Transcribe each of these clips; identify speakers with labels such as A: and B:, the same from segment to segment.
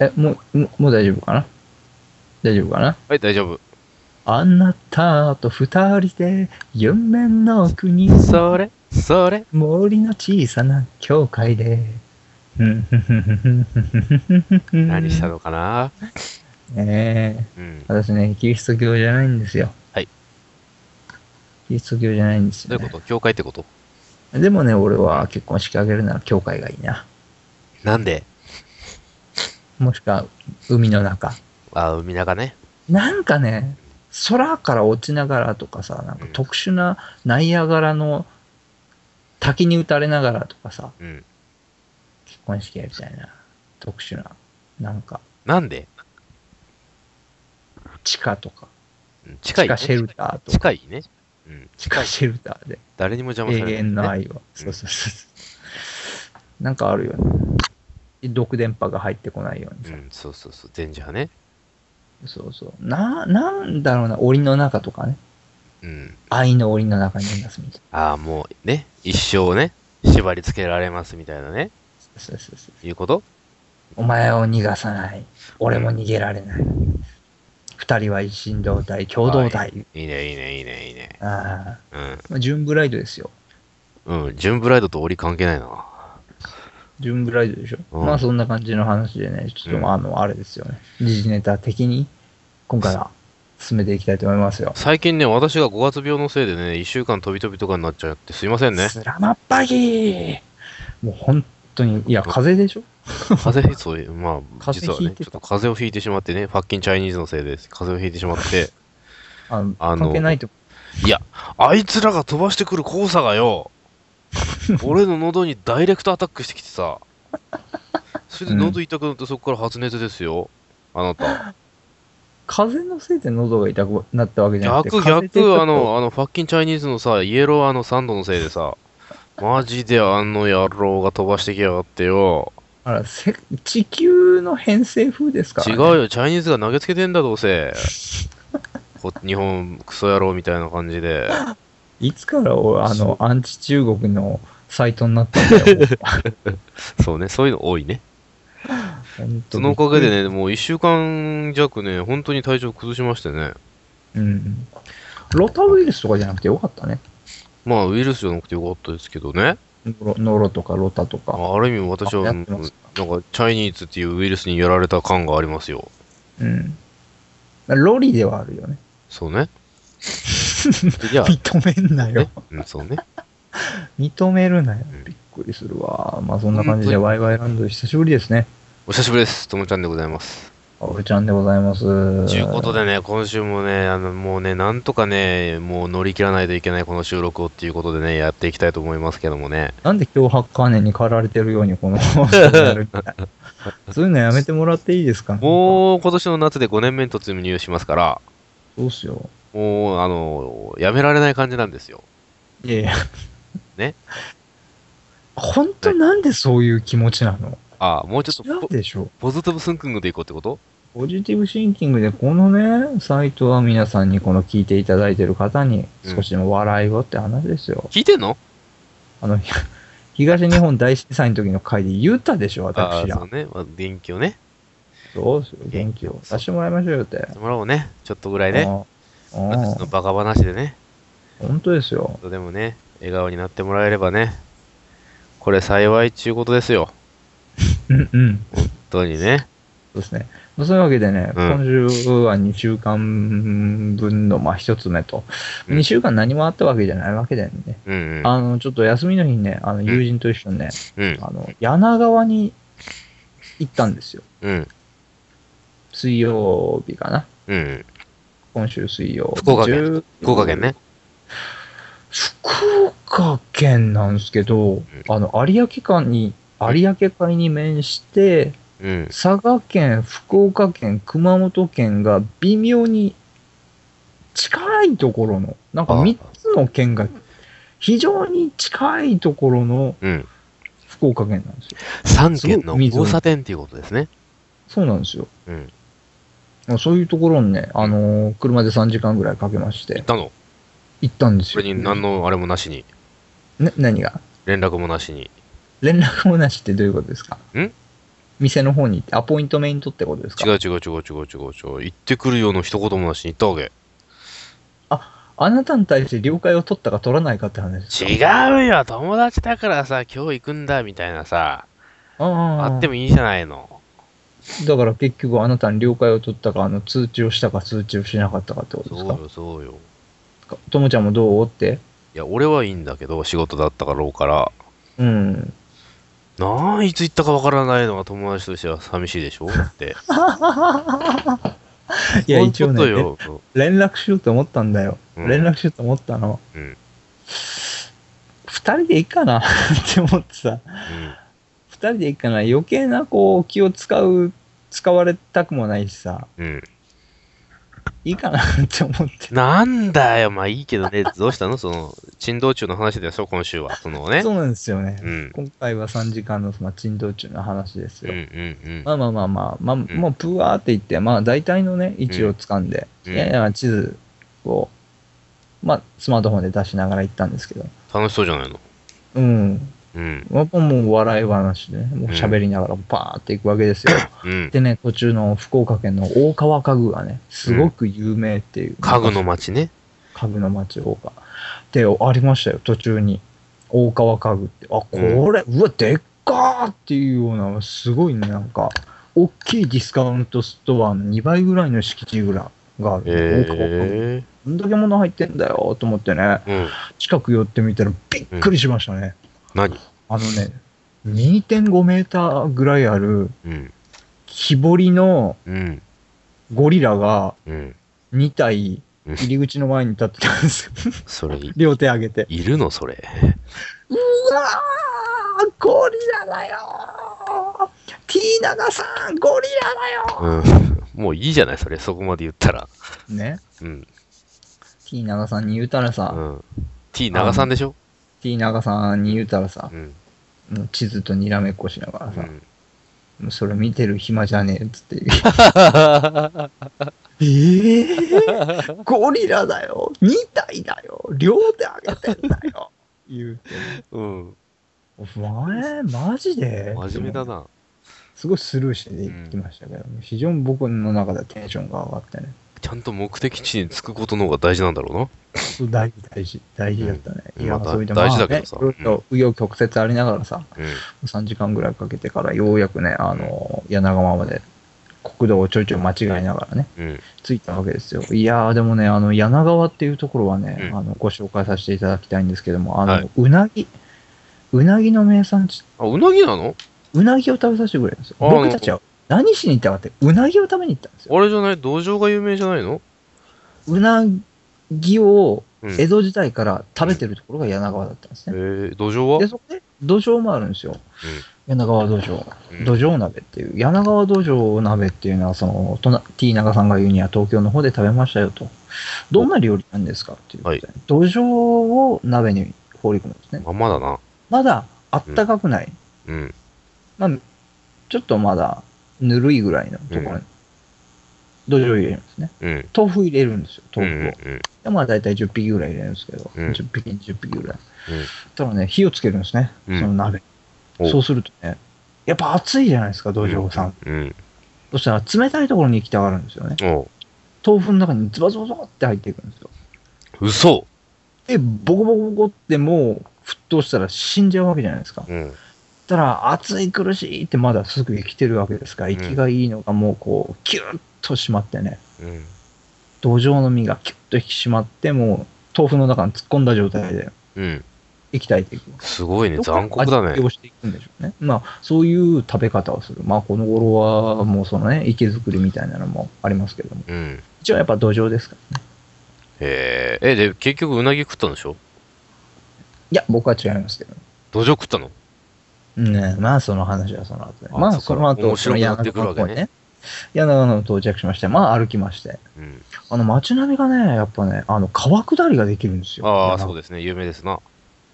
A: え、もう、ももう大丈夫かな大丈夫かな
B: はい、大丈夫。
A: あなたと二人で夢の国
B: それ、それ。
A: 森の小さな教会で。
B: 何
A: 何
B: したのかな
A: ええ
B: うん。
A: 私ね、キリスト教じゃないんですよ。
B: はい。
A: キリスト教じゃないんです
B: ど
A: よ、
B: ういう
A: ね。
B: こと教会ってこと
A: でもね、俺は結婚式あげるなら教会がいいな。
B: なんで
A: もしくは、海の中。
B: あ、海中ね。
A: なんかね、空から落ちながらとかさ、なんか特殊なナイアガラの滝に打たれながらとかさ、
B: うん。
A: 結婚式やりたいな。特殊な。なんか、
B: なんで
A: 地下とか、
B: うん
A: 地
B: 近い、ね。
A: 下シェルターとか、
B: 近いね。うん。
A: 地下シェルターで、
B: 誰にも邪魔さ
A: 永
B: れ
A: 遠の
B: ない、ね。
A: 愛は。そうそうそうそう。なんかあるよね。毒電波が入ってこないようにさ。
B: うん、そうそうそう。全寺派ね。
A: そうそう。な、なんだろうな、檻の中とかね。
B: うん。
A: 愛の檻の中にいますみたいな。
B: ああ、もうね、一生ね、縛り付けられますみたいなね。
A: そうそうそう。
B: いうこと
A: お前を逃がさない。俺も逃げられない。二人は一心同体、共同体。
B: いいね、いいね、いいね、いいね。
A: あ
B: うん。
A: あ。ジュンブライドですよ。
B: うん、ジュンブライドと折り関係ないな。
A: ジュンブライドでしょ。
B: うん
A: まあそんな感じの話でね、ちょっ
B: うん
A: とあの、あれですよね。時事ネタ的に、今回は進めていきたいと思いますよ。
B: 最近ね、私が5月病のせいでね、1週間飛び飛びとかになっちゃって、すいませんね。
A: スラマッパギーもう本当に、いや、風邪でしょ
B: 風邪ひそういう、まあ、
A: 風
B: 実
A: 邪
B: は
A: ひい
B: ね、
A: て
B: ちょ
A: た
B: っと風邪をひいてしまってね、ファッキンチャイニーズのせいです。風邪をひいてしまって、
A: あの、
B: あの
A: 関係ないと。
B: あいつらが飛ばしてくる黄砂 がよ、俺の喉にダイレクトアタックしてきてさ、それで喉痛くなってそこから発熱ですよ、あなた。
A: 風邪のせいで喉が痛くなったわけじゃなくて。
B: 逆、
A: 風邪でちょっ
B: 逆、
A: と
B: あ、の、あの、ファッキンチャイニーズのさ、イエローあのサンドのせいでさ、マジであの野郎が飛ばしてきやがってよ。
A: あら、せ地球の偏西風ですから、
B: 違
A: ね。
B: うよ、チャイニーズが投げつけてんだ、ど うせ。こ日本、クソ野郎みたいな感じで。
A: いつから俺、あ
B: そう
A: の、アンチ中国のサイトになったんだ よ。
B: そうね、そういうの多いね。
A: 本当
B: そ
A: に
B: のおかげで。ね、もう一週間弱ね、本当に体調崩しましてね。
A: うん。ロタウイルスとかじゃなくてよかったね。
B: まあ、ウイルスじゃなくてよかったですけどね。
A: ノロノロとかロタとか。
B: あある意味、私は、
A: や
B: う
A: っ
B: ん
A: て
B: なん
A: ま
B: か
A: す、
B: チャイニーズっていうウイルスにやられた感がありますよ。
A: うん。ロリではあるよね。
B: そうね。いや、
A: 認めんなよ
B: ね。、うん、そうね。
A: 認めるなよ
B: うん。
A: びっくりするわ。まあそんな感じでワイワイランド久しぶりですね。
B: お久しぶりです。ともちゃんでございます。
A: あおるちゃんでございます。
B: ということでね、今週もね、あの、もうね、なんとかね、もう乗り切らないといけないこの収録をっていうことでね、やっていきたいと思いますけどもね。
A: なんで脅迫観念に駆られてるように このそういうのやめてもらっていいですか
B: もう今年の夏で5年目に突入しますから、
A: どうしよ
B: もう、あの、やめられない感じなんですよ。
A: う。いやいや。
B: ね。
A: 本当なんでそういう気持ちなの
B: ああ、もうちょっ
A: 違
B: と
A: う
B: ポ
A: でしょ
B: ポジティブスンキングでいこうってこと
A: ポジティブシンキングでこのね、サイトは皆さんにこの聞いていただいてる方に少しでも笑いをって話ですよ。
B: 聞いてんの
A: あの、ひ 東日本大震災の時の回で言ったでしょ、
B: ああ、
A: 私
B: そ
A: ら
B: う。ね。まあ、元気をね。
A: どうする元気を出してもらいましょうよって。
B: もらおうね。ちょっとぐらいね。
A: うんうん
B: 私のバカ話でね。
A: 本当ですよ。
B: でもね、笑顔になってもらえればね。これ幸いっちゅうことですよ。
A: うんうん。
B: 本当にね。
A: そうですね。まあそういうわけでね、
B: うん
A: 今週は2週間分の、まあ、1つ目と、
B: うん
A: 2週間何もあったわけじゃないわけだよね。
B: うんうん。
A: あの、ちょっと休みの日にね、あの、
B: ん
A: 友人と一緒にね、
B: うん。
A: あの、柳川に行ったんですよ。
B: うん。
A: 水曜日かな。
B: うん。
A: 今週水曜日。
B: 福岡県
A: 10
B: 福岡県ね。
A: 福岡県なんですけど、あの、有明海に、有明海に面して、
B: うん。
A: 佐賀県、福岡県、熊本県が微妙に近いところの、なんか
B: あ
A: 3つの県が非常に近いところの
B: うん。
A: 福岡県なんですよ。
B: 三軒の交差点っていうことですね。
A: そうなんですよ。
B: うん。
A: そういうところにね、あのー車で3時間ぐらいかけまし
B: 行
A: て
B: ったの
A: 行ったんです
B: そ
A: よ。
B: れに何のあれもなしに、
A: ね、何が
B: 連絡もなしに。
A: 連絡もなしってどういうことですか
B: ん
A: 店の方に行って、アポイントメントってことですか
B: 違う違う違う違う違う違う。行ってくるよの一言もなしに行ったわけ。
A: あなたに対して了解を取ったか取らないかって話ですか
B: 違うよ、友達だからさ、今日行くんだ、みたいなさ、
A: あ
B: あ
A: あ
B: ってもいいじゃないの。
A: だから結局あなたに了解を取ったか、あの通知をしたか通知をしなかったかってことで
B: そ
A: す
B: う
A: か
B: よ、そうよ。
A: かともちゃんもどうって。
B: いや、俺はいいんだけど、仕事だったから、ろうから。
A: うん。
B: なあ、いつ行ったかわからないのが友達としては寂しいでしょだって。
A: いや、
B: そうう
A: 一応
B: こと
A: ね、
B: よ。うん
A: 連絡しようと思ったんだよ。
B: うん
A: 連絡しようと思ったの。
B: うん
A: 二人でいいかな って思ってさ、
B: うん
A: 二人でいいかな余計なこう気を使う、使われたくもないしさ、
B: うん。
A: いいかな って思って。
B: なんだよ、まあいいけどね、どうしたのその、珍道中の話でしょ、今週は。そのね。
A: そううなんですよね。
B: ん。
A: 今回は3時間のその珍道中の話です
B: うんう
A: よ。
B: ん
A: まあまあまあまあ、まあ、もうプワーって言って、まあ大体のね、位置をつかんで、
B: うん
A: やや地図を、まあスマートフォンで出しながら行ったんですけど、
B: うん。楽しそうじゃないの。
A: うん。
B: うん。
A: やっぱもう笑い話で、ね、もう喋りながらパーっていくわけですよ。
B: うん。
A: でね、途中の福岡県の大川家具がね、すごく有名っていう。
B: 家具の街ね。
A: 家具の町大川。で、ありましたよ、途中に。大川家具って。あ、これ、うわ、でっかーっていうような、すごいね、なんか、大きいディスカウントストアの2倍ぐらいの敷地ぐらいがある、大川家具。
B: え
A: どんだけ物入ってんだよと思ってね、
B: え。うん。
A: 近く寄ってみたらびっくりしましたね。
B: 何
A: あのね、2.5メーターぐらいある、
B: うん。
A: 木彫りの
B: うん。
A: ゴリラが
B: うん。
A: 2体、
B: うん
A: 入り口の前に立ってたんですよ。
B: それ、い
A: 両手上げて。
B: いるのそれ。
A: うわーゴリラだよーティーナナさんゴリラだよ
B: うん。 もういいじゃないそれ、そこまで言ったら。
A: ーね
B: うん。
A: ティーナナさんに言うたら
B: う
A: さ、
B: ん。T 長さんでしょ
A: ティーナナさんに言うたらさ
B: う、ん。
A: もう地図とにらめっこしながら
B: う
A: さ、
B: ん。
A: もうそれ見てる暇じゃねえっつって、えー、ゴリラだよ !2 体だよ両手あげてんだよ言うて。
B: うん。
A: お前、マジで
B: 真面目だ。な。
A: すごいスルーして行きましたけど、非常に僕の中ではテンションが上がってね。
B: ちゃんと目的地に着くことの方が大事なんだろうな。
A: そう大事、大事、大事だったね。
B: うん
A: いや、
B: まあ
A: それで
B: 大
A: まあ
B: 事だけどさ
A: ねいろいろ紆余曲折ありながらさ、
B: うん。
A: 3時間ぐらいかけてからようやくね、あの、柳川まで国道をちょいちょい間違えながらね、
B: うん。
A: 着いたわけですよ。いやー、でもね、あの、柳川っていうところはね、
B: うん
A: あの、ご紹介させていただきたいんですけども、あの、
B: はいう
A: なぎ、うなぎの名産地、
B: あ、うなぎなの
A: うなぎを食べさせてくれるんですよ。
B: あー
A: 僕たちは何しに行ったかって、うなぎを食べに行ったんですよ。
B: あれじゃない道場が有名じゃないの
A: うなぎを
B: うん。
A: 江戸時代から食べてるところが柳川だったんですね。
B: えー、土壌
A: で、
B: は
A: そこで土壌もあるんですよ。柳川土壌。土壌鍋っていう、柳川土壌鍋っていうのは、その、とな T 長さんが言うには東京の方で食べましたよと。どんな料理なんですかっていうことで、土壌を鍋に放り込むんです
B: うん
A: ね。
B: まんまだな。
A: まだあったかくない。
B: うん。
A: まあ、ちょっとまだぬるいぐらいのところに、
B: うん
A: 土壌を入れるんですね。
B: うん。
A: 豆腐入れるんですよ、
B: うん。う
A: 豆腐を。
B: ん。
A: でまあ大体10匹ぐらい入れるんですけど、
B: うん
A: 10匹、10匹ぐらい。
B: うん
A: ただね、火をつけるんですね、
B: うん
A: その鍋。
B: お
A: そうするとね、やっぱ暑いじゃないですか、道場さん。
B: うん。
A: そしたら冷たいところに行きたがるんですよね。
B: おう
A: 豆腐の中にズバズバズバって入っていくんですよ。
B: 嘘
A: で、ボコボコボコってもう沸騰したら死んじゃうわけじゃないですか。そし
B: うん。
A: たら暑い苦しいってまだすぐ生きてるわけですから、
B: うん
A: 息がいいのがもうこう、キュッと締まってね、
B: うん。
A: 土壌の身がキュッと引き締まって、もう豆腐の中に突っ込んだ状態で
B: うん。
A: 液体でいく。
B: すごいね。残酷だ
A: 味
B: ね
A: を。していくんでしょうね。まあ、そういう食べ方をする。まあ、この頃は、もうそのね、池作りみたいなのもありますけども。
B: うん。
A: 一応やっぱ土壌ですからね。
B: えー、え、で、結局うなぎ食ったんでしょ
A: いや、僕は違いますけど。
B: 土壌食ったの
A: ねえまあ、その話はその後で。
B: あ
A: まあ、
B: そっか
A: その後、そ
B: 面白
A: の
B: くなっ
A: 柳
B: てくる
A: 川
B: わ
A: の方
B: けね
A: にね。柳川の方に到着しまして、まあ歩きまして。
B: うん。
A: あの街並みがね、やっぱね、あの川下りができるんですよ。
B: ああ、そう
A: で
B: ですね。有名ですな。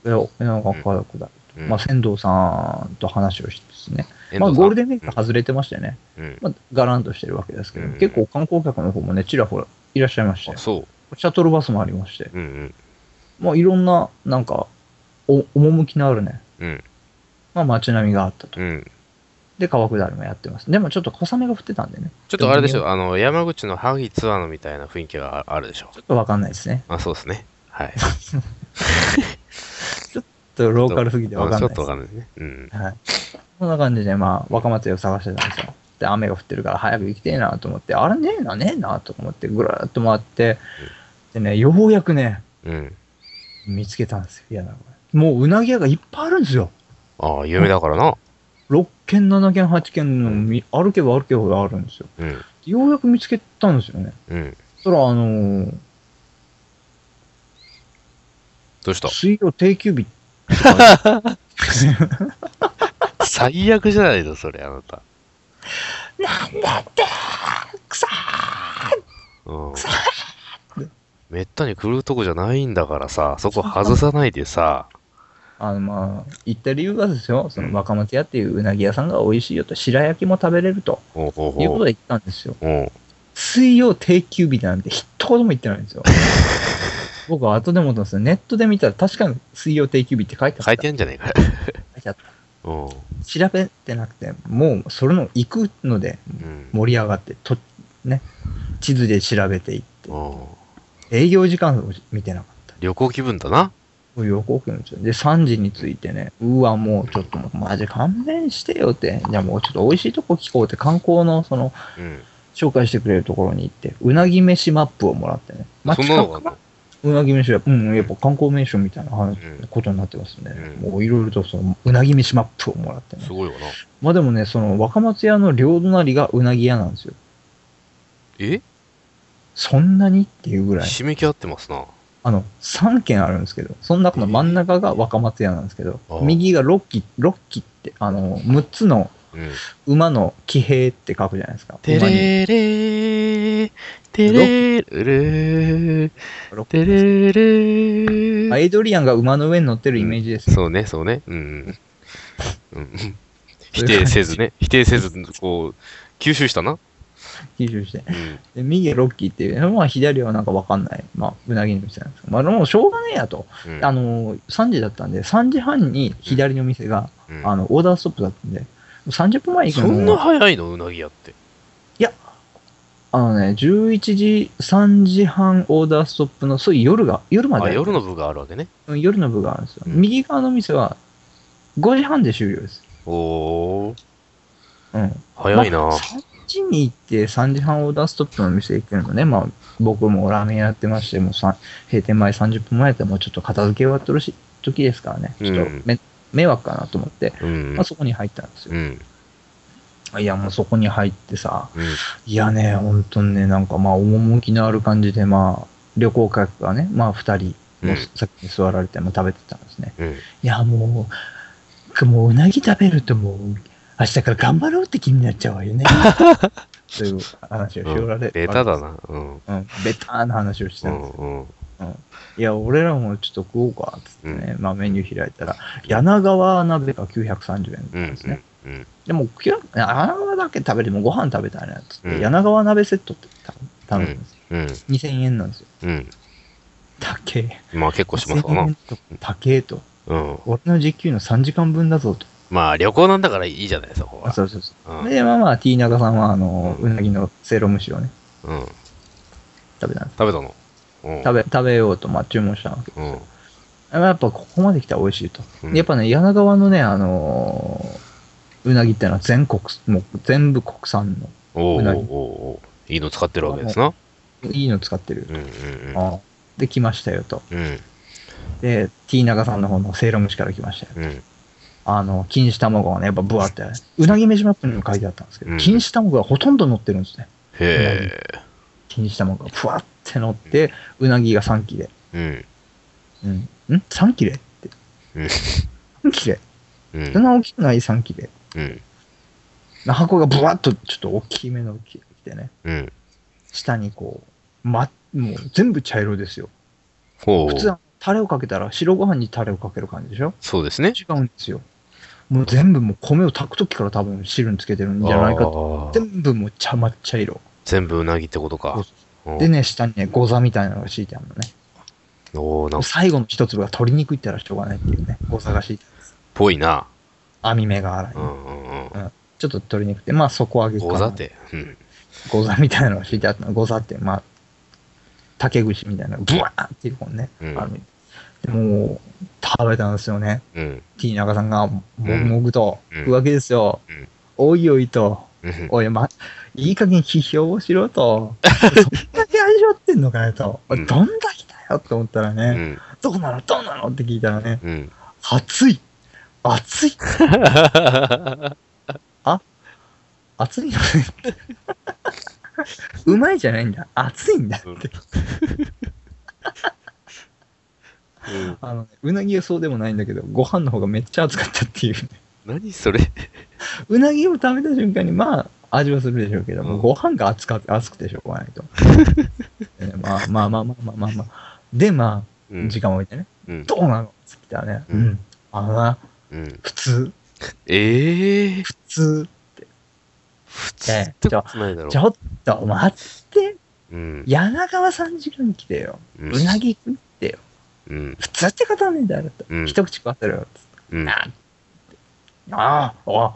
A: す。なんか川下り。
B: うん
A: まあ、仙道さんと話をしてですね。
B: 遠藤さん
A: まあ、ゴールデンウィーク外れてましたよね。
B: うん。
A: まあ、ガランとしてるわけですけど、
B: うん
A: 結構観光客の方もね、ちらほらいらっしゃいまして
B: あ、、そ
A: シャトルバスもありまして、
B: う。うん
A: まあ、いろんな、なんか、お趣のあるね、
B: うん。うん。
A: まあ、街並みがあったと。
B: うん。
A: で、川下りもやってます。でもちょっと小雨が降ってたんでね、
B: ちょっとあれでしょ、あの、山口の萩ツアーのみたいな雰囲気がああるでしょ
A: ちょ。っとわかんないですね。
B: あ、そうですね。はい。
A: ちょっとローカルすぎてわかん
B: ち
A: な
B: ょ
A: い
B: っ
A: で
B: と
A: す
B: わ。かんないですね。うん。
A: はい。そんな感じで、まあ、若松屋を探してたんですよ。で、雨が降ってるから早く行きてえなと思って、あれねえな、ねえなと思って、ぐるーっと回って、でね、ようやくね、
B: うん。
A: 見つけたんですよ。いやな、これもううなぎ屋がいっぱいあるんですよ。
B: ああ、有名だからな。
A: 6軒、7軒、8軒のみ歩けば歩けばあるんですよ。
B: うん。
A: ようやく見つけたんですよね。
B: うん。
A: そしたら、あのー
B: どうした
A: 水曜定休 日って書いてある
B: 最悪じゃないの、それ、あなた。
A: なんだってくさ
B: うん
A: さ。
B: めったに来るとこじゃないんだからさ、そこ外さないで さ、
A: あのまあ、行った理由がですよ、その若松屋っていううなぎ屋さんが美味しいよと、白焼きも食べれると
B: おうおう
A: いうこ
B: お
A: と
B: う。
A: で行ったんですよ。
B: おう
A: 水曜定休日なんて一言も言ってないんです よ。僕は後でもったんですよ。ネットで見たら確かに水曜定休日って書いてあった。
B: 書いてあんじゃねえかよ。
A: 書いてあった
B: うん。
A: 調べてなくて、もうそれの行くので
B: うん。
A: 盛り上がって、とね、地図で調べていって、
B: うん
A: 営業時間を見てなかった。
B: 旅行気分だな。
A: もう横置くんですよ。で、3時に着いてね、うわ、もうちょっともうマジ勘弁してよって、じゃあもうちょっと美味しいとこ聞こうって、観光のその、
B: うん。
A: 紹介してくれるところに行って、うなぎ飯マップをもらってね。まあ、
B: そんな
A: 近
B: のがあ
A: く
B: ん
A: は
B: の
A: うなぎ飯は、うん、やっぱ観光名所みたいな話
B: うん
A: ことになってますね。
B: う
A: もういろいろとその、うなぎ飯マップをもらってね
B: す。ごいよな。
A: まあでもね、その若松屋の両隣がうなぎ屋なんですよ。
B: え
A: そんなにっていうぐらい。
B: 締めき合ってますな。
A: あの、3軒あるんですけど、その中の真ん中が若松屋なんですけど
B: ああ、
A: 右が6機、6機って、あの、6つの
B: うん。
A: 馬の騎兵って書くじゃないですか。
B: て
A: 馬に
B: れれー、てれれー、
A: 六
B: てれれ
A: まあ
B: ー。
A: エイドリアンが馬の上に乗ってるイメージです。
B: そうね、そうね。うん。うんうん否定せ ずね、否定せず、こう、吸収したな。
A: 吸収して。
B: うん。
A: で、右が6機っていう、まあ左はなんかわかんない、まあ、うなぎの店なんですけど、まあ、もうしょうがねえやと。
B: うん
A: あの、3時だったんで、3時半に左の店が、
B: うん
A: あの、オーダーストップだったんで、30分前に行く
B: そ
A: のも
B: んな早いのうなぎ屋って。
A: あのね、11時、3時半オーダーストップの、そういう夜が、夜まで
B: あ、
A: やる
B: 夜の部があるわけね。
A: うん夜の部があるんですよ。
B: うん
A: 右側の店は5時半で終了です。
B: おー、
A: うん。
B: 早いな。
A: まあ3時に行って3時半オーダーストップの店行くのもね、まあ僕もラーメン屋やってまして、もうさん閉店前30分前だったらもうちょっと片付け終わってるし時ですからね、ちょっと
B: うん
A: め、迷惑かなと思って、
B: うん
A: まあ、。そこに入ったんですよ
B: う。ん。
A: いやもうそこに入ってさ、
B: うん
A: いやね、本当にね、なんかまあ、趣のある感じで、まあ、旅行客がね、まあ、二人、
B: うん
A: 先に座られて、まあ、食べてたんですね。
B: うん。
A: いや、もうく、もう、うなぎ食べるともう、明日から頑張ろうって気になっちゃうわ よね。という話をしおられ、
B: ベタだ。な。うん。
A: うん、ベターな話をして
B: う
A: たんで
B: ん
A: す。
B: うん。
A: いや、俺らもちょっと食おうか、つってね、まあ、メニュー開いたら、柳川鍋が930円
B: う
A: なん
B: ん
A: ですね。。
B: うん。
A: でも、きゅ柳川だけ食べてもご飯食べたいなっつって、
B: うん
A: 柳川鍋セットって頼むんですよ。
B: うん。
A: 2000円なんですよ。
B: うん。
A: 高え。
B: まあ結構しますわな。
A: 2000円と高えと。
B: うん。
A: 俺の時給の3時間分だぞと。
B: まあ旅行なんだからいいじゃない、そこ
A: あ
B: は。
A: そうそうそう。
B: うん。
A: で、まあまあ、T 中さんは、あの、
B: う
A: うんなぎのせいろ蒸しをね、
B: うん
A: 食べたんです。
B: 食べたのうん。
A: 食べ、食べようと、まあ、注文したわけ。
B: うん。
A: まあやっぱ、ここまで来たら美味しいと。
B: うん
A: でやっぱね、柳川のね、あのーうなぎってのは全国、もう全部国産う
B: おうお
A: な
B: う
A: ぎ
B: おういいの使ってるわけですな。
A: の、いいの使ってる
B: う。んうん
A: ああで、来ましたよと。
B: うん。うん
A: で、T 中さんの方のせいろ蒸しから来ましたよ。
B: うん。
A: あの、錦糸卵がね、やっぱブワーって、うなぎ飯マップにも書いてあったんですけ
B: う
A: ど、
B: ん
A: 錦糸卵がほとんど乗ってるんですね。
B: へ
A: 錦糸卵がふわって乗って、うなぎが3切れ。
B: え。うん。
A: うん。ん ?3 切れって。
B: うん
A: 3切れ
B: う
A: そん
B: ん。
A: な大きくない3切れ。
B: うん。
A: 箱がブワっとちょっと大きめの切れてね、
B: うん。
A: 下にこう、ま、もう全部茶色ですよ。
B: ほ
A: 普通
B: う。
A: はタレをかけたら白ご飯にタレをかける感じでしょ
B: そうですね。
A: 違うんですよ。もう全部もう米を炊くときから多分汁につけてるんじゃないかと。
B: あー
A: 全部もう茶抹茶色。
B: 全部うなぎってことか。うん
A: でね、下にね、ゴザみたいなのが敷いてあるのね。
B: おーなんか、
A: 最後の一粒が取りにくいったらしょうがないっていうね、ゴザが敷いてある。
B: ぽいな。
A: 網目が荒い。
B: うんうんうん。
A: ちょっと取りにくくて、まあ底上げかな。
B: ござて。うん。
A: ゴザみたいなのが敷いてあったの。ゴザって、まあ、竹串みたいなのがブワーっていう本ね。
B: うん
A: あのでもう、食べたんですよね。
B: うん。
A: T 中さんが、もぐもぐと、
B: うん
A: 浮気ですよ。
B: うん
A: おいおいと、
B: うん
A: おい、ま、いい加減批評をしろ と。そんだけ味わってんのかよと。
B: うん
A: どんだけだよと思ったら
B: う
A: ね、
B: ん。
A: どうなのどうなのって聞いたらね、
B: うん。
A: 熱い熱 い熱いよねって。うまいじゃないんだ。熱いんだって。
B: うん
A: あのね、うなぎはそうでもないんだけど、ご飯の方がめっちゃ熱かったっていう。
B: 何それ
A: うなぎを食べた瞬間に、まあ、味はするでしょうけども、
B: うん
A: ご飯が熱か熱くてしょうがない と。えまあまあまあまあまあまあまあ。で、ま
B: う
A: あ、
B: ん
A: 時間を置いてね、
B: うん
A: どうなのって来たらね、
B: う
A: うんん、あのな、
B: うん
A: 普通、
B: ええ
A: 普通、
B: 普通ってことないだろ
A: ち。ょっと待って、
B: うん。
A: 柳川さん時間来てよ。
B: うん
A: うなぎ食ってよ。
B: うん。
A: 普通って方はねえだろと。
B: うん
A: 一口食わせろよ。
B: うん。
A: なああ、あ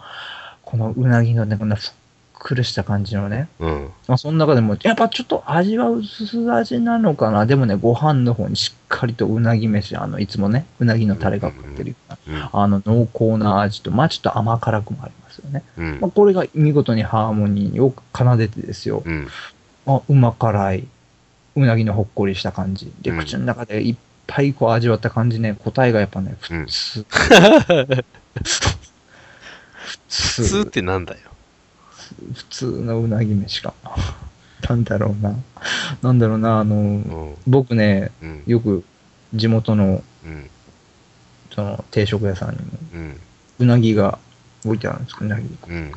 A: このうなぎのね、こんなふっくりした感じのね。
B: うん。
A: まあ、その中でも、やっぱちょっと味は薄味なのかな。でもね、ご飯の方にしっかりとうなぎ飯、あの、いつもね、うなぎのタレがかかってるような、
B: うん
A: あの、濃厚な味と、まあちょっと甘辛くもありますよね。
B: うん
A: まあ、これが見事にハーモニーを奏でてですよ。
B: うん。
A: まあ、うま辛い、うなぎのほっこりした感じ。で、
B: うん
A: 口の中でいっぱいこう味わった感じね、答えがやっぱね、
B: う
A: 普
B: ん
A: 通。
B: 普通ってなんだよ。
A: 普通のうなぎ飯かな。なんだろうな。なんだろうな、あの、
B: うん。
A: 僕ね、
B: うん。
A: よく地元の
B: うん。
A: その定食屋さんにも、
B: うん。
A: うなぎが置いてあるんですうなぎ。
B: うん。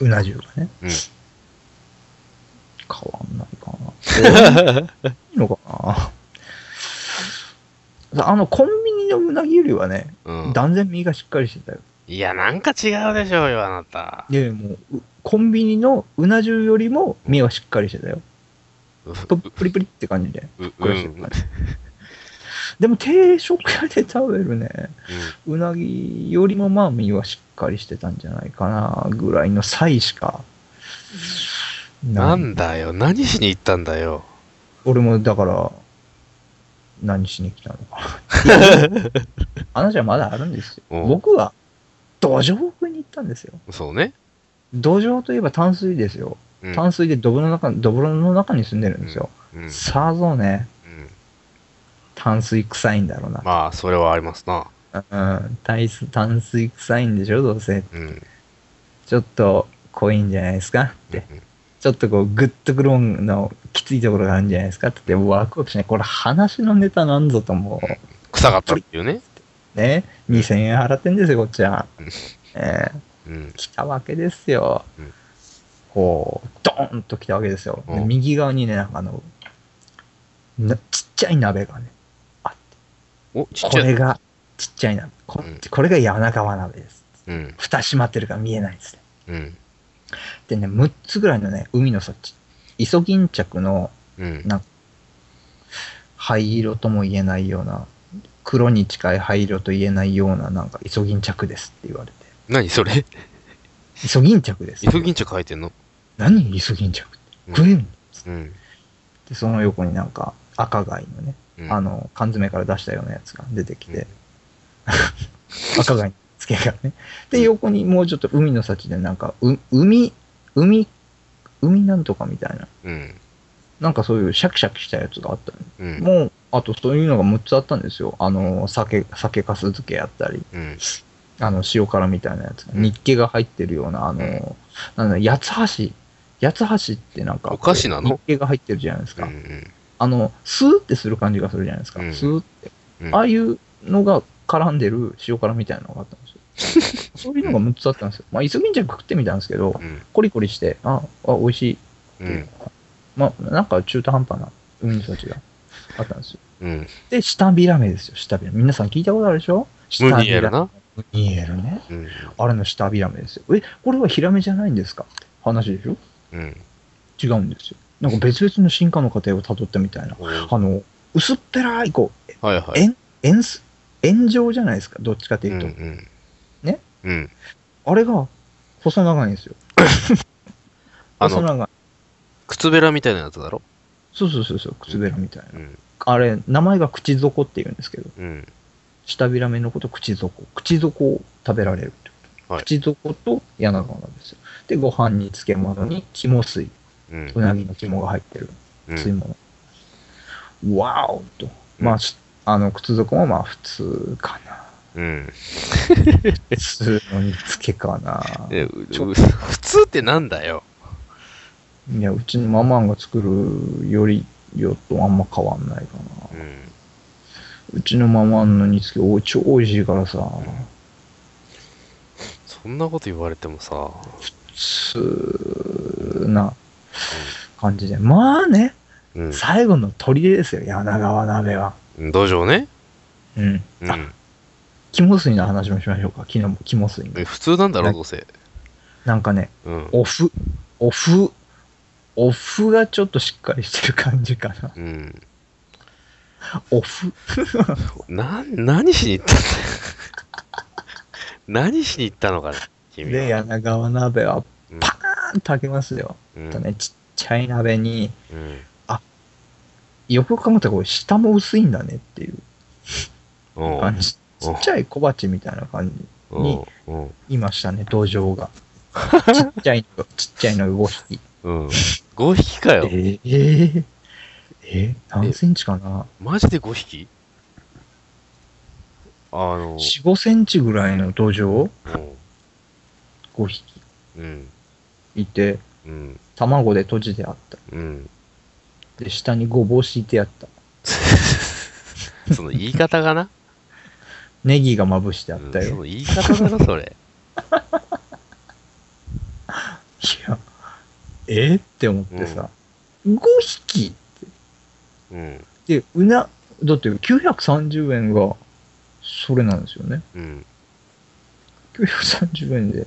A: うな重がね。
B: うん
A: 変わんないかな。どういいのかな。あ の、コンビニのうなぎよりはね、
B: うん。
A: 断然身がしっかりしてたよ。
B: いや、なんか違うでしょうよ、あなた。
A: でもう、うコンビニのうな重よりも身はしっかりしてたよ。
B: う
A: ぷプリプリって感じで。
B: ううん。
A: ふっく
B: う
A: らしてる
B: ん
A: 感じでも定食屋で食べるね、うなぎよりもまあ身はしっかりしてたんじゃないかなぐらいの際しか。
B: なんだよ。何しに行ったんだよ。
A: 俺もだから、何しに来たの かな。話はまだあるんですよ。
B: うん
A: 僕は、土壌風に行ったんですよ。
B: そうね。
A: 土壌といえば淡水ですよ。
B: うん。
A: 淡水でドブの中、ドブロの中に住んでるんですよ。
B: うんうん
A: さぞね、淡水臭いんだろうな。
B: まあ、それはありますな。
A: うん、淡水淡水臭いんでしょ、どうせ。
B: うん。
A: ちょっと濃いんじゃないですかって。ちょっとこう、グッとくるもんのきついところがあるんじゃないですかって言って、ワクワクしない。これ話のネタなんぞとも
B: 臭かったっていうね。
A: う、ね、2000円払ってんですよ、こっちは
B: うん。
A: えー
B: うん。
A: 来たわけですよ
B: うん。
A: こう、ドーンと来たわけですよ。で
B: うん
A: 右側にね、なんかあの、なちっちゃい鍋がね、
B: お、ちっ
A: こ
B: ちゃ
A: れ
B: い。
A: が、ちっちゃい鍋。こ
B: うん
A: これが柳川鍋です。
B: うん。
A: 蓋閉まってるから見えないですね。
B: うん。
A: でね、6つぐらいのね、海の幸。イソギンチャクの
B: うん。
A: 灰色とも言えないような、黒に近い灰色と言えないような、なんかイソギンチャクですって言われて。
B: 何そ れ
A: イソギンチャクです。
B: イソギンチャ書いてんの
A: 何イソギンチャクって。
B: うん
A: 食えんの
B: うん。
A: で、その横になんか赤貝のね、
B: うん
A: あ、の、缶詰から出したようなやつが出てき
B: うん
A: て、赤貝のつけがね。で、横にもうちょっと海の幸でなんか、う海、海、海なんとかみたいな、
B: うん。
A: なんかそういうシャキシャキしたやつがあったの
B: うん。
A: もう、あとそういうのが6つあったんですよ。あの、酒、酒粕漬けやったり、
B: うん。
A: あの、塩辛みたいなやつが、
B: うん
A: 日系が入ってるような、あ
B: うん
A: の、なんだ、八つ橋。八つ橋ってなんか、
B: お菓子なの
A: 日系が入ってるじゃないです
B: う
A: か。
B: ん。
A: あの、スーってする感じがするじゃないですか。
B: うん
A: スーって。
B: うん
A: ああいうのが絡んでる塩辛みたいなのがあったんですよ。 そういうのが6つあったんですよ。まあ、イソギンチャク食ってみたんですけど
B: う、ん。
A: コリコリして、あ、あ、美味しいって
B: う
A: いうんの。が。まあ、なんか中途半端な海の幸があったんですよ。
B: うん。
A: で、下ビラメですよ、下ビラメ。皆さん聞いたことあるでしょ下
B: ム
A: ビラ
B: ニエル。な。
A: ムニエルね。
B: うん。
A: あれの下ビラメですよ。え、これはヒラメじゃないんですかって話でしょ
B: うん。
A: 違うんですよ。なんか別々の進化の過程を辿ったみたいな。
B: は
A: あの、薄っぺらい、こう、
B: いはい。
A: 円す、円状じゃないですか、どっちかと
B: う
A: い
B: ん
A: うと。
B: うん。
A: ね
B: うん。
A: あれが、細長いんですよ。
B: あ
A: 細
B: の、
A: 長い。
B: 靴べらみたいなやつだろ
A: そうそうそうそう、靴べらみたいな。
B: うん。
A: あれ、名前が口底って言うんですけど、
B: うん。
A: 下びらめのこと口底。口底を食べられるってこと。
B: はい
A: 口底と柳川なんですよ。で、ご飯に漬物に肝水、
B: うん
A: う。なぎの肝が入ってる
B: う
A: 吸い
B: ん。
A: 物。わおと。まあ、しあの、靴底もまあ普通か な。
B: うん。
A: 普通の煮付けかな。
B: でう
A: ちょ
B: う普通ってなんだよ。
A: いや、うちのママが作るよりよとあんま変わんないかな
B: う。ん。
A: うちのママの煮付け、お超美味しいからさ、
B: そんなこと言われてもさ。
A: 普通な感じで。まあね、
B: うん。
A: 最後の砦ですよ、柳川鍋は。
B: うん土壌ね。
A: うん。
B: う
A: あ、
B: ん。
A: 肝水の話もしましょうか、昨日も肝水
B: え
A: の。
B: 普通なんだろう、どうせ。
A: なんかね、
B: うん。
A: おふ、おふ、おふがちょっとしっかりしてる感じかな。
B: うん。
A: おふ。
B: な、何しに行ったんだよ。 何しに行ったのかね、君は。
A: で、柳川鍋は
B: うん
A: パーンと開けますよ。
B: うん
A: あとね、ちっちゃい鍋に、
B: うん。
A: よくよく考えたらこれ下も薄いんだねっていう
B: おう
A: 感じ。ちっちゃい小鉢みたいな感じ。に
B: おう
A: いましたね、土壌 が。ちっちゃいの、ちっちゃいの5匹。
B: うん。うん。5匹か
A: え
B: よ。
A: ー、えー、えー、何センチかな
B: マジで5匹あの、
A: ?4、5センチぐらいの土壌5匹
B: うん。
A: いて、
B: うん。
A: 卵で閉じてあった。
B: うん。
A: で、下にごぼう敷いてあった。
B: その言い方がな。
A: ネギがまぶしてあ
B: う
A: っ
B: ん
A: たよ。
B: その言い方がな、それ。
A: いや、えーって思ってさ、5匹
B: うん。
A: で、うな、だって930円が、それなんですよね。
B: うん。
A: 930円で、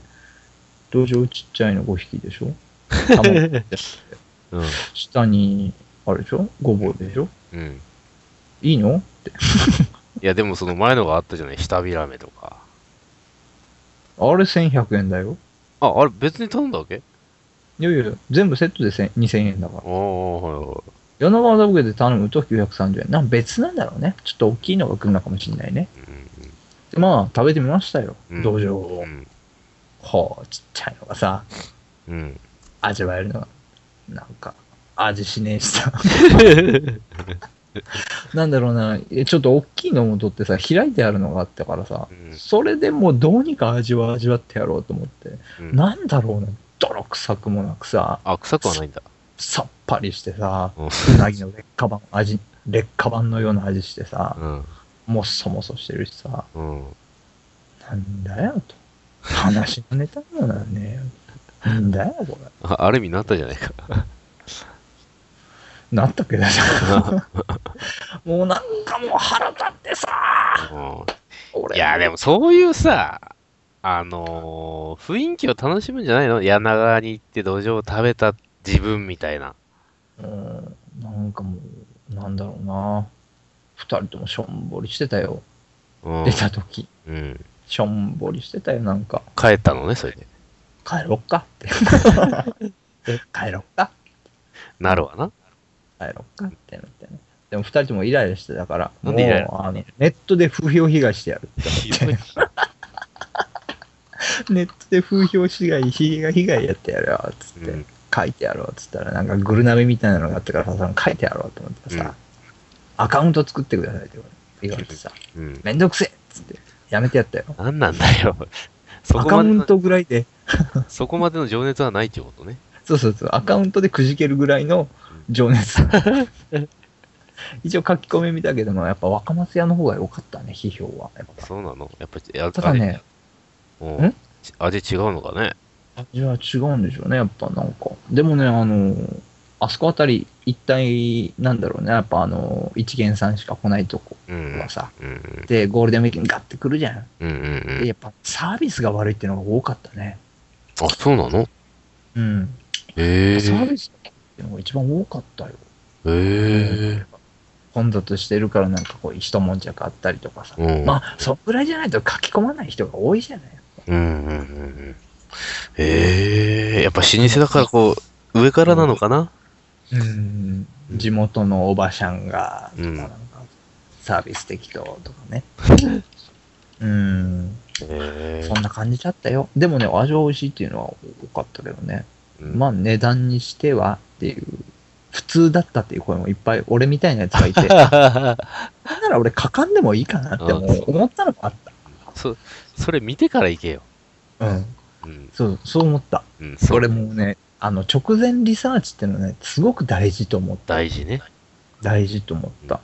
A: 土壌ちっちゃいの5匹でしょ 卵
B: うん。
A: 下に、あれでしょごぼうでしょ
B: うん。
A: いいのって。
B: いや、でもその前のがあったじゃない、下びらめとか。
A: あれ1100円だよ。
B: あ、あれ別に頼んだわけ
A: いやいや、全部セットで1000 2000円だから
B: あ。あ、はいは
A: 柳川ダブゲで頼むと930円。なんか別なんだろうね。ちょっと大きいのが来るのかもしれないね。
B: い。うん
A: で、まあ、食べてみましたよ。
B: うん
A: 土壌を
B: う。ん。
A: ほう、ちっちゃいのがさ、
B: うん。
A: 味わえるのが、なんか、味しねえし さ。なんだろうな、えちょっと大きいのも取ってさ、開いてあるのがあったからさ、
B: うん
A: それでもうどうにか味は味わってやろうと思って、
B: うん
A: なんだろうな、泥臭くもなくさ、
B: あ、臭くはないんだ。
A: さっぱりしてさ、
B: うん
A: うなぎの劣化版、味、劣化版のような味してさ、
B: うん。
A: もっそもそしてるしさ、
B: うん。
A: なんだよと。話のネタにもなんねえよ。なんだよ、これ。
B: あある意味なったじゃないか。
A: なったけど さ、もうなんかもう腹立ってさ、
B: うん
A: 俺。
B: いや、でもそういうさ、あのー雰囲気を楽しむんじゃないの柳川に行って土壌を食べた自分みたいな。
A: うん、なんかもう、なんだろうな。二人ともしょんぼりしてたよ。
B: うん
A: 出。た時。
B: うん。
A: しょんぼりしてたよ、なんか。
B: 帰ったのね、それで。
A: 帰ろっかっ て。帰ろっか
B: なるわ な。
A: 帰ろっかってなってね。でも二人ともイライラしてたから、
B: なんでイライラ
A: もうあのネットで風評被害してやる。
B: ひどい。
A: ネットで風評被害、被害被害やってやるよ、つって。
B: うん
A: 書いてやろうっつったら、なんかグルナメみたいなのがあったからさ、その書いてやろうと思ってさ、
B: うん
A: アカウント作ってくださいって言われてさ、
B: うん。
A: めんどくせえっつって、やめてやったよ。
B: なんなんだよ。 そ
A: ア
B: こ
A: カ
B: ま
A: ウ
B: で
A: ン
B: の、
A: トぐらいで、
B: そこまでの情熱はないってことね。
A: そうそうそう、アカウントでくじけるぐらいの情熱。 一応書き込み見たけども、やっぱ若松屋の方が良かったね、批評は。やっぱ
B: そうなのやっぱり、や
A: ただね、
B: あれ、うん
A: ん
B: 味違うのかね。
A: 味は違うんでしょうね、やっぱなんか。でもね、あのーあそこあたり一体、なんだろうね、やっぱあのー一元さんしか来ないとこ
B: うん
A: は。さ、
B: うん。
A: で、ゴールデンウィークにガッて来るじゃん。
B: うんうんう
A: で、
B: ん。
A: やっぱサービスが悪いっていうのが多かったね。
B: あ、そうなの
A: うん。
B: へえ。
A: サービスっていうのが一番多かったよ。
B: へえ。
A: 混雑してるからなんかこう一悶着あったりとかさ、
B: うん。
A: まあそんぐらいじゃないと書き込まない人が多いじゃない
B: うんうんうんうん。ええやっぱ老舗だからこう、上からなのかな
A: うん、地元のおばちゃんが、
B: うん
A: なんかサービス適当とか ね。うん、
B: え
A: そんな感じだったよ。でもね、味は美味しいっていうのは多かったけどね。
B: え
A: まあ、値段にしてはっていう、普通だったっていう声もいっぱい、俺みたいなやつがい て、な
B: あ。
A: ら俺、かかんでもいいかなって思う思ったのもあっ
B: そ、それ見てから行けよ。
A: た。うん、
B: うん。
A: そう、そう思った。
B: うん。そ
A: そ
B: れ
A: れもうね、あの、直前リサーチっていうのはね、すごく大事と思った。
B: 大事ね。
A: 大事と思った。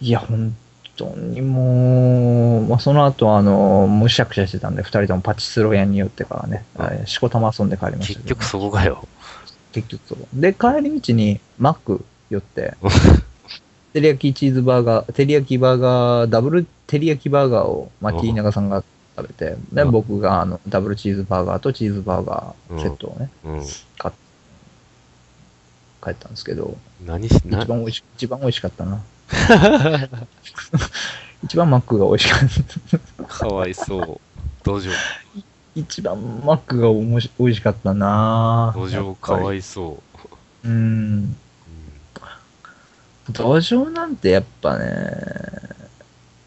A: いや、本当にもう、まあ、その後、あの、むしゃくしゃしてたんで、二人ともパチスロ屋に寄ってからね、
B: うん
A: えーしこたま遊んで帰りましたけど
B: 結
A: ね、
B: 局そこかよ。
A: 結局そう。で、帰り道にマック寄 って、テリヤキチーズバーガー、テリヤキバーガー、ダブルテリヤキバーガーを、まあ、
B: うん
A: T 長さんが食べて、で、
B: うん
A: 僕があのダブルチーズバーガーとチーズバーガーセットをね、
B: うん。
A: 帰ったんですけど、
B: 何し、な
A: 一、番美味し、一番美味しかったな。一番マックが美味しかった。
B: かわいそう。土壌、
A: 一番マックがおもし美味しかったな
B: 土壌かわ
A: い
B: いそう。
A: うん。
B: うん
A: 土壌なんてやっぱね、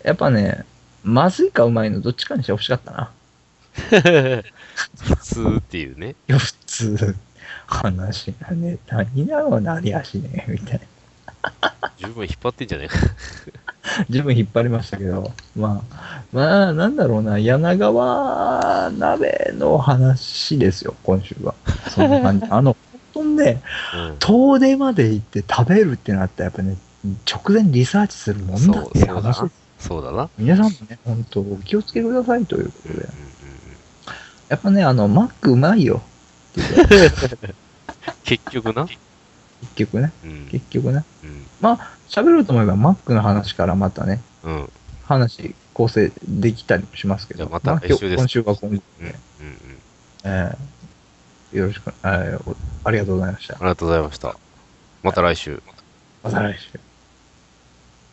A: やっぱね、まずいかうまいのどっちかにしてほしかったな。
B: 普通っていうね。
A: いや、普通、話がね、何だろうな、りゃしね、みたい
B: 十分引っ張ってんじゃねえか。
A: な。自分引っ張りましたけど、まあ、まあ、なんだろうな、柳川鍋の話ですよ、今週は。そんな感じ。あの、本当にね、
B: うん
A: 遠出まで行って食べるってなったらやっぱね直前リサーチするもんだっていう
B: そうそ
A: 話
B: うだな
A: です
B: そうだな。
A: 皆さんもね本当お気をつけくださいというこ
B: うん
A: と
B: うん
A: でやっぱねあのマックうまいよ
B: うん結局な。
A: 結局ね
B: うん。
A: 結局ね
B: うん
A: 喋ろうと思えばマックの話からまたね
B: うん。
A: 話構成できたりもしますけ
B: じゃ
A: ど
B: あまた
A: あ今
B: 来週
A: 日
B: です
A: 今週は今後、
B: うん。うん。うん。
A: えーよろしく、えーおありがとうございました
B: ありがとうございました。また来週。
A: また来週